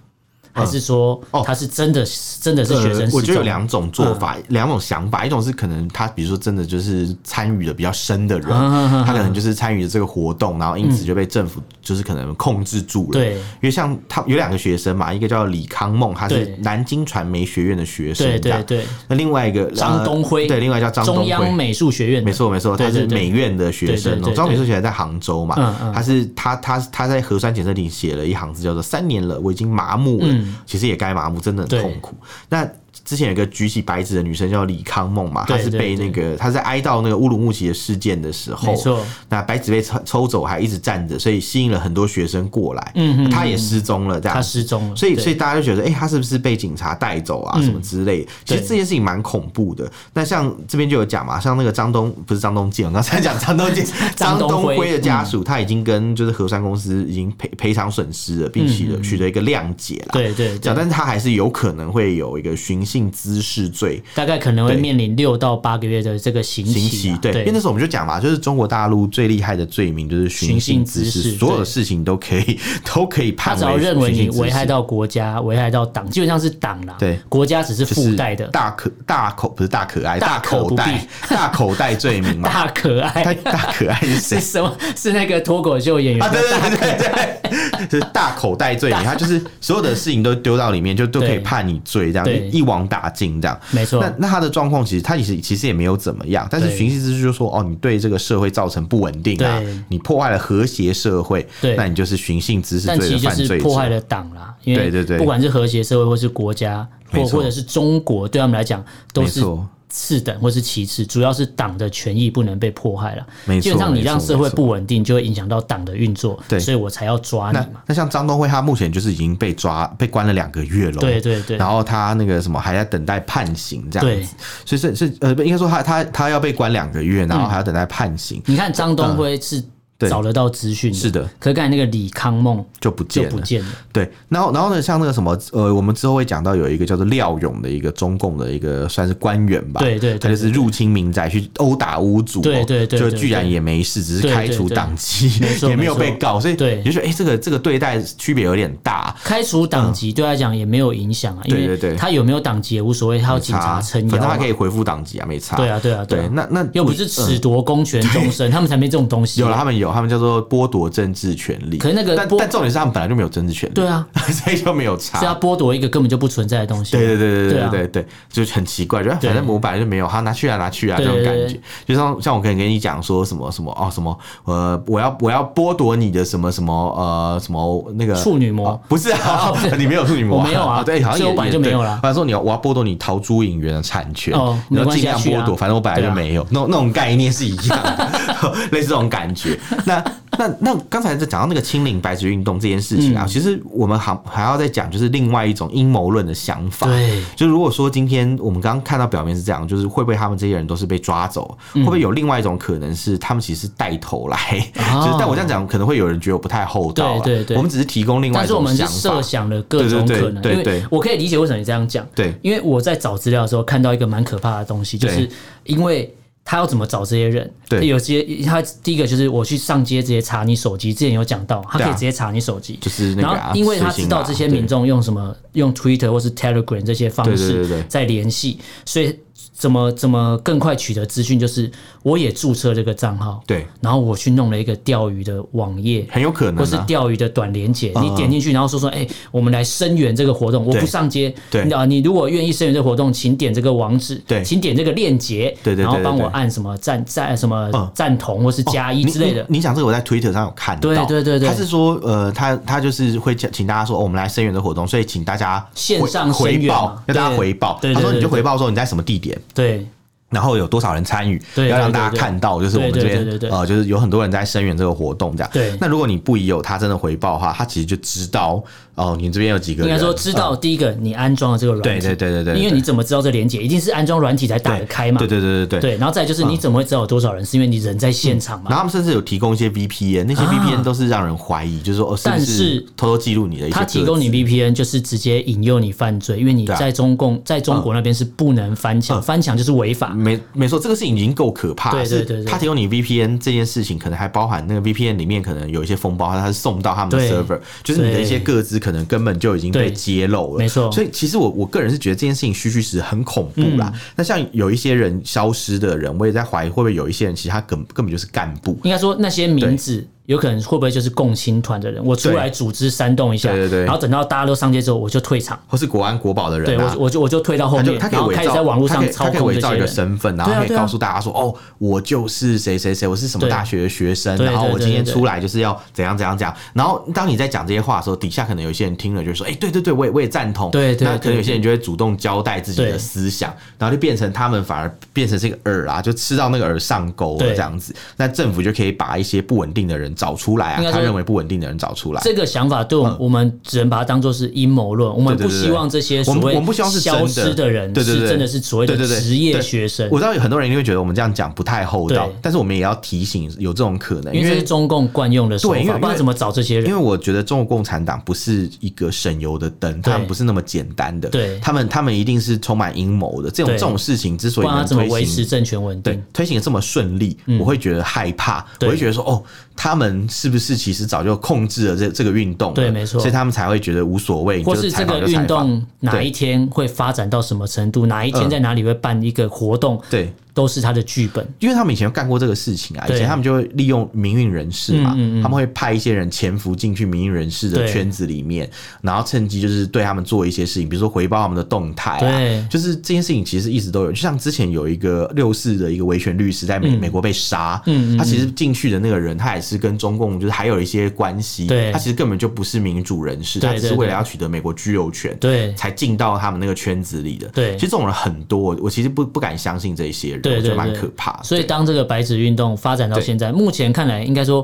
还是说哦他是真的、真的是嗯学生呃失踪？我觉得有两种做法，两、种想法，一种是可能他比如说真的就是参与的比较深的人，嗯他可能就是参与了这个活动，然后因此就被政府就是可能控制住了。对因为像他有两个学生嘛，一个叫李康梦，他是对南京传媒学院的学生，对这样对对，那另外一个张呃东辉对，另外一个叫张东中央辉。美术学院的没错，没错，对他对是对美院的学生对对哦对。对中央美术学院在杭州嘛嗯嗯，他是他他他在核酸检测里写了一行字，叫做“三年了，我已经麻木了”，其实也该麻木，真的很嗯对痛苦。那之前有个举起白纸的女生叫李康梦嘛，她对是被对那个她在哀悼那个乌鲁木齐的事件的时候没错，那白纸被抽抽走还一直站着，所以吸引了很多学生过来。嗯，她也失踪了，这样他失踪了，所以，对嗯所以大家就觉得，哎、他是不是被警察带走啊，什么之类的？其实对这件事情蛮恐怖的。那像这边就有讲嘛，像那个张东不是张东健，我刚才讲张东健， 张张东东辉嗯辉的家属，他已经跟就是核酸公司已经赔赔偿损失了，并取得取得一个谅解啦。嗯对对讲，对，但是他还是有可能会有一个寻衅滋事罪大概可能会对面临六到八个月的这个刑刑期期啊，，对，因为那时候我们就讲嘛，就是中国大陆最厉害的罪名就是寻寻衅衅滋滋事事，所有对的事情都可以 都可以他判只要为认为寻你衅滋危害事到国家、危害到党，基本上是党啦，对国家只是就是附带的，大可大口不是大可爱，大大可口不必袋大口袋罪名嘛？ 大可大爱。大可爱是 谁是？什么？是那个脱口秀演员啊，对对对对对，就是大口袋罪名，他就是所有的事情都丢到里面，就都可对以判你罪，这样对一一网打尽这样。没错那那他的状况其实他其实其实也没有怎么样，但是对寻衅滋事就说哦，你对这个社会造成不稳定啊对，你破坏了和谐社会对，那你就是寻衅滋事但罪其的实就犯是罪破坏者。了党啦，因为对对对不管是和谐社会或是国家，或没错或者是中国，对他们来讲都是没错次等或是其次，主要是党的权益不能被迫害了。没错基本上你让没错社会没错不稳定，就会影响到党的运作，对所以我才要抓你那嘛。那像张东辉，他目前就是已经被抓被关了两个月了，对对对然后他那个什么还在等待判刑这样对子，，所以是是呃，不应该说他他他要被关两个月，嗯然后还要等待判刑，你看张东辉是嗯对找得到资讯，是的，可刚才那个李康梦就不就见不了。见了，对，然后然后呢，像那个什么呃，我们之后会讲到有一个叫做廖勇的一个中共的一个算是官员吧，对对对他就是入侵民宅去殴打屋主哦，对对对对就对居然也没事，只是开除党籍对没错， 也没有被告，所以对你就觉得哎，这个这个对待区别有点大。开除党籍对他来讲也没有影响啊，因为嗯对对对他有没有党籍也无所谓，他有警察撑反腰正嘛他可。以回复党籍啊，没差。对啊对啊对对啊，那那又不是嗯褫夺公权终身，他们才没这种东西。啊有了，他们有，他们叫做剥夺政治权利。可是那个但剥但重点是他们本来就没有政治权利，对啊， 所以就没有是要差。剥夺一个根本就不存在的东西。对对对对对啊对对对，就是很奇怪，就哎反正我本来就没有，他拿去啊拿去啊对这种对感对觉，就像像我可能跟你讲说什么什么哦什么呃我要我要剥夺你的什么什么呃什么那个处女膜哦不是啊不 是，你没有处女膜，我没有啊对，好像所以也我本来就没有啦反正说你要我要剥夺你逃珠影园的产权哦，你要没关系尽量啊去啊剥夺，反正我本来对就啊没有，那种那种概念是一样 的，类似这种感觉。那那那刚才在讲到那个清零白纸运动这件事情啊，嗯其实我们还还要再讲，就是另外一种阴谋论的想法。对，就如果说今天我们刚刚看到表面是这样，就是会不会他们这些人都是被抓走？嗯会不会有另外一种可能是他们其实是带头来？哦就是但我这样讲可能会有人觉得我不太厚道啊。对对对我们只是提供另外但一是我种们是想法设。想了各种对对对可能，对因为对我可以理解为什么你这样讲。对因为我在找资料的时候看到一个蛮可怕的东西，就是对因为他要怎么找这些人，对有些他第一个就是我去上街直接查你手机，之前有讲到，他可对以啊直接查你手机，就是那个然啊后因为他知道这随些行码民众用什么用 Twitter 或是 Telegram 这些方对对对式对在联系，所以怎么怎么更快取得资讯，就是我也注册这个账号，对，然后我去弄了一个钓鱼的网页，很有可能、啊，嗯或是钓鱼的短连结，你点进去，然后说说，哎、我们来声援这个活动，我对不上街，对啊，你如果愿意声援这个活动，请点这个网址，对请点这个链接，对对对然后帮对我对按什么赞赞什么嗯赞同或是加一你之类的，你你讲这个，我在 Twitter 上有看到，对对对对他是说，呃，他他就是会请请大家说、哦我们来声援的活动，所以请大家线上声援回回嘛报，要大对家回报。对对他说对你就对回报说你在什么地点，对然后有多少人参与，对要对让对大家对看到，就是我们对这对对边对对呃，就是有很多人在声援这个活动这样。对那如果你不疑有他真的回报的话，他其实就知道哦，你这边有几个应人，该说知道第一个你安装了这个软对体，对对对对对因为你怎么知道这连接一定是安装软体才打得开嘛，对对嗯对对对。对，然后再就是你怎么会知道有多少人，是因为你人在现场嘛然。后他们甚至有提供一些 VPN，那些啊 VPN 都是让人怀疑，就是说哦，是但不是是偷偷记录你的一些他提个供你资 VPN 就是直接引诱你犯罪，因为你对啊嗯在中共在中国那边是不能翻墙，翻墙就是违法。没没错，这个事情已经够可怕。对对是对对他提供你 VPN 这件事情，可能还包含那个 VPN 里面可能有一些风暴，它是送到他们的对 server，就是你的一些对个资可能根本就已经被对揭露了。没错所以其实我我个人是觉得这件事情虚虚实实很恐怖啦。嗯那像有一些人消失的人，我也在怀疑会不会有一些人其实他根根本就是干部。应该说那些名字有可能会不会就是共青团的人，我出对来组织煽动一下，对对对然后等到大家都上街之后，我就退场，或是国安国宝的人、对啊，我就我就我就退到后他面就，他可以然后伪开始造，在网络他可上以操他可以控伪这造些一个人。身份，然后对啊可以对啊告诉大家说，哦，我就是谁谁谁，我是什么对大学的学生，对然后对我对今天对对出来就是要怎样怎样怎样。然后当你在讲这些话的时候，底下可能有一些人听了就说，哎，对对对，我也我也赞同。对对那可能有些人对就会主动交代自己的对思想，然后就变成他们反而变成这个饵啊，就吃到那个饵上钩了对这样子。那政府就可以把一些不稳定的人找出来啊应该，他说认为不稳定的人找出来。这个想法对我们，我们只能把它当做是阴谋论。我们嗯对对不对希望这些我所们谓我们不希望是真消的失人对对对是真的是所谓的对对对职业学生，我知道有很多人一定会觉得我们这样讲不太厚道对，但是我们也要提醒有这种可能，因因为这是为中共惯用的手对因为法，不因为然怎么找这些因为人？我觉得中国共产党不是一个省油的灯，他们不是那么简单的，对他们他们一定是充满阴谋的。这种对这种事情之所不以然他能怎么推维持行，政权稳对定？推行得这么顺利，我会觉得害怕，我对会觉得说哦，他们是不是其实早就控制了这这个运动了？对没错所以他们才会觉得无所谓，你就或是采这访个就采运访动哪对一天会发展到什么程度？哪一天嗯在哪里会办一个活动？对。都是他的剧本。因为他们以前干过这个事情啊，以对嗯前他们就会利用民运人士嘛，他们会派一些人潜伏进去民运人士的对圈子里面，然后趁机就是对他们做一些事情，比如说回报他们的动态对啊，就是这件事情其实一直都有。就像之前有一个六四的一个维权律师在嗯美、美国被杀，他其实进去的那个人，他也是跟中共就是还有一些关系，对他其实根本就不是民主人士，对他只是对为了对要取得美国居留权，对才进到他们那个圈子里的。对其实这种人很多，我我其实不不敢相信这些人，对我觉对得蛮对可怕的。所以啊对当这个白纸运动发展到现在，目前看来，应该说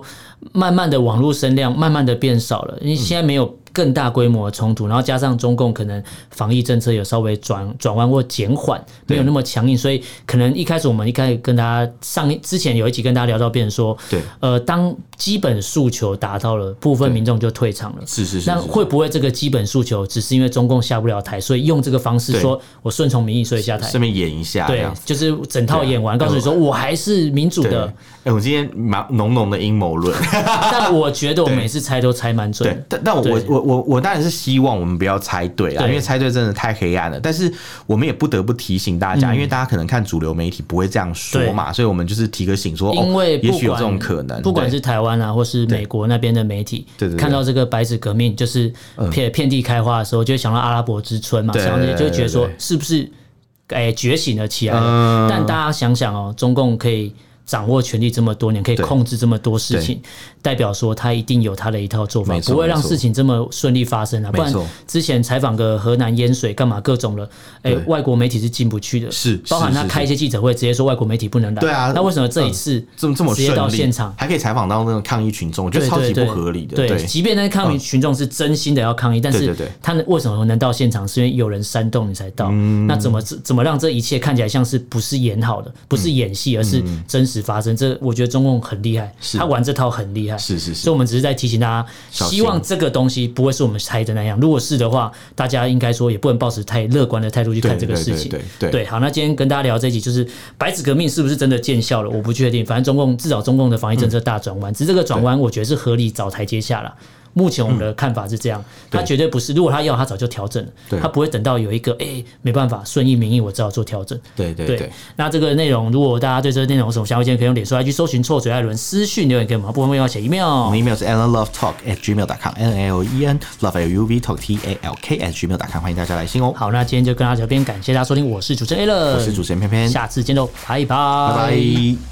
慢慢的网络声量慢慢的变少了，嗯因为现在没有更大规模的冲突，然后加上中共可能防疫政策有稍微转转弯或减缓，没有那么强硬，所以可能一开始我们一开始跟大家上一之前有一集跟大家聊到，变成说，对呃，当基本诉求达到了，部分对民众就退场了。是是是，那是会不会这个基本诉求只是因为中共下不了台，所以用这个方式对说我顺从民意，所以下台？顺便演一下这对样，子。就是整套演完，对啊告诉你说我还是民主对，的哎、，我今天蛮浓浓的阴谋论。 但我觉得我对每次猜都猜蛮 准对的，。但但我我 对我我我当然是希望我们不要猜对啦，对因为猜对真的太黑暗了。但是我们也不得不提醒大嗯家，因为大家可能看主流媒体不会这样说嘛，所以我们就是提个醒说，因为哦、也不许有管这种可能，不管对是台湾啊，或是美国那边的媒体对对，对嗯看到这个白纸革命就是遍遍地开花的时候，就会想到阿拉伯之春嘛，对想到那对就对觉得说对是不是哎觉醒了起来了嗯？但大家想想哦，中共可以。掌握权力这么多年，可以对控制这么多事情，代表说他一定有他的一套做法，没错不会让没错事情这么顺利发生啊！不然没错之前采访个河南淹水干嘛各种了，哎对，外国媒体是进不去的，是包含是他是开一些记者会，直接说外国媒体不能来。对啊那为什么这一次这么这么直接顺到利，现场？还可以采访到那种抗议群众，我觉得对超级对不对，合理的。嗯对，即便那些抗议群众是真心的要抗议，但对是对对他们为什么能到现场？是因为有人煽动你才到。嗯那怎么怎么让这一切看起来像是不是演好的，不是嗯演戏，而是真实发生？这我觉得中共很厉害，是他玩这套很厉害。是是是所以我们只是在提醒大家，小心希望这个东西不会是我们猜的那样。如果是的话，大家应该说也不能抱持太乐观的态度去看对这个对事对情。对对对，好，那今天跟大家聊这一集，就是白纸革命是不是真的见效了？我不确定，反正中共至少中共的防疫政策大转弯，只是这个转弯，我觉得是合理找台阶下了。目前我们的看法是这样，他嗯绝对不是。如果他要，他早就调整了对，他不会等到有一个哎、没办法顺应民意，我只好做调整。对对对，那这个内容，如果大家对这个内容有什么想法，建议，可以用脸书 IG 搜寻“臭嘴艾伦”私讯留言给我们，不方便要写 email 我。们 email 是 allenlovetalk at gmail.com，n l e n love l u v talk t a l k at gmail.com，欢迎大家来信哦。好，那今天就跟大家聊到这边，感谢大家收听，我是主持人 a l 我是主持人偏偏，下次见喽，拜拜拜，拜拜。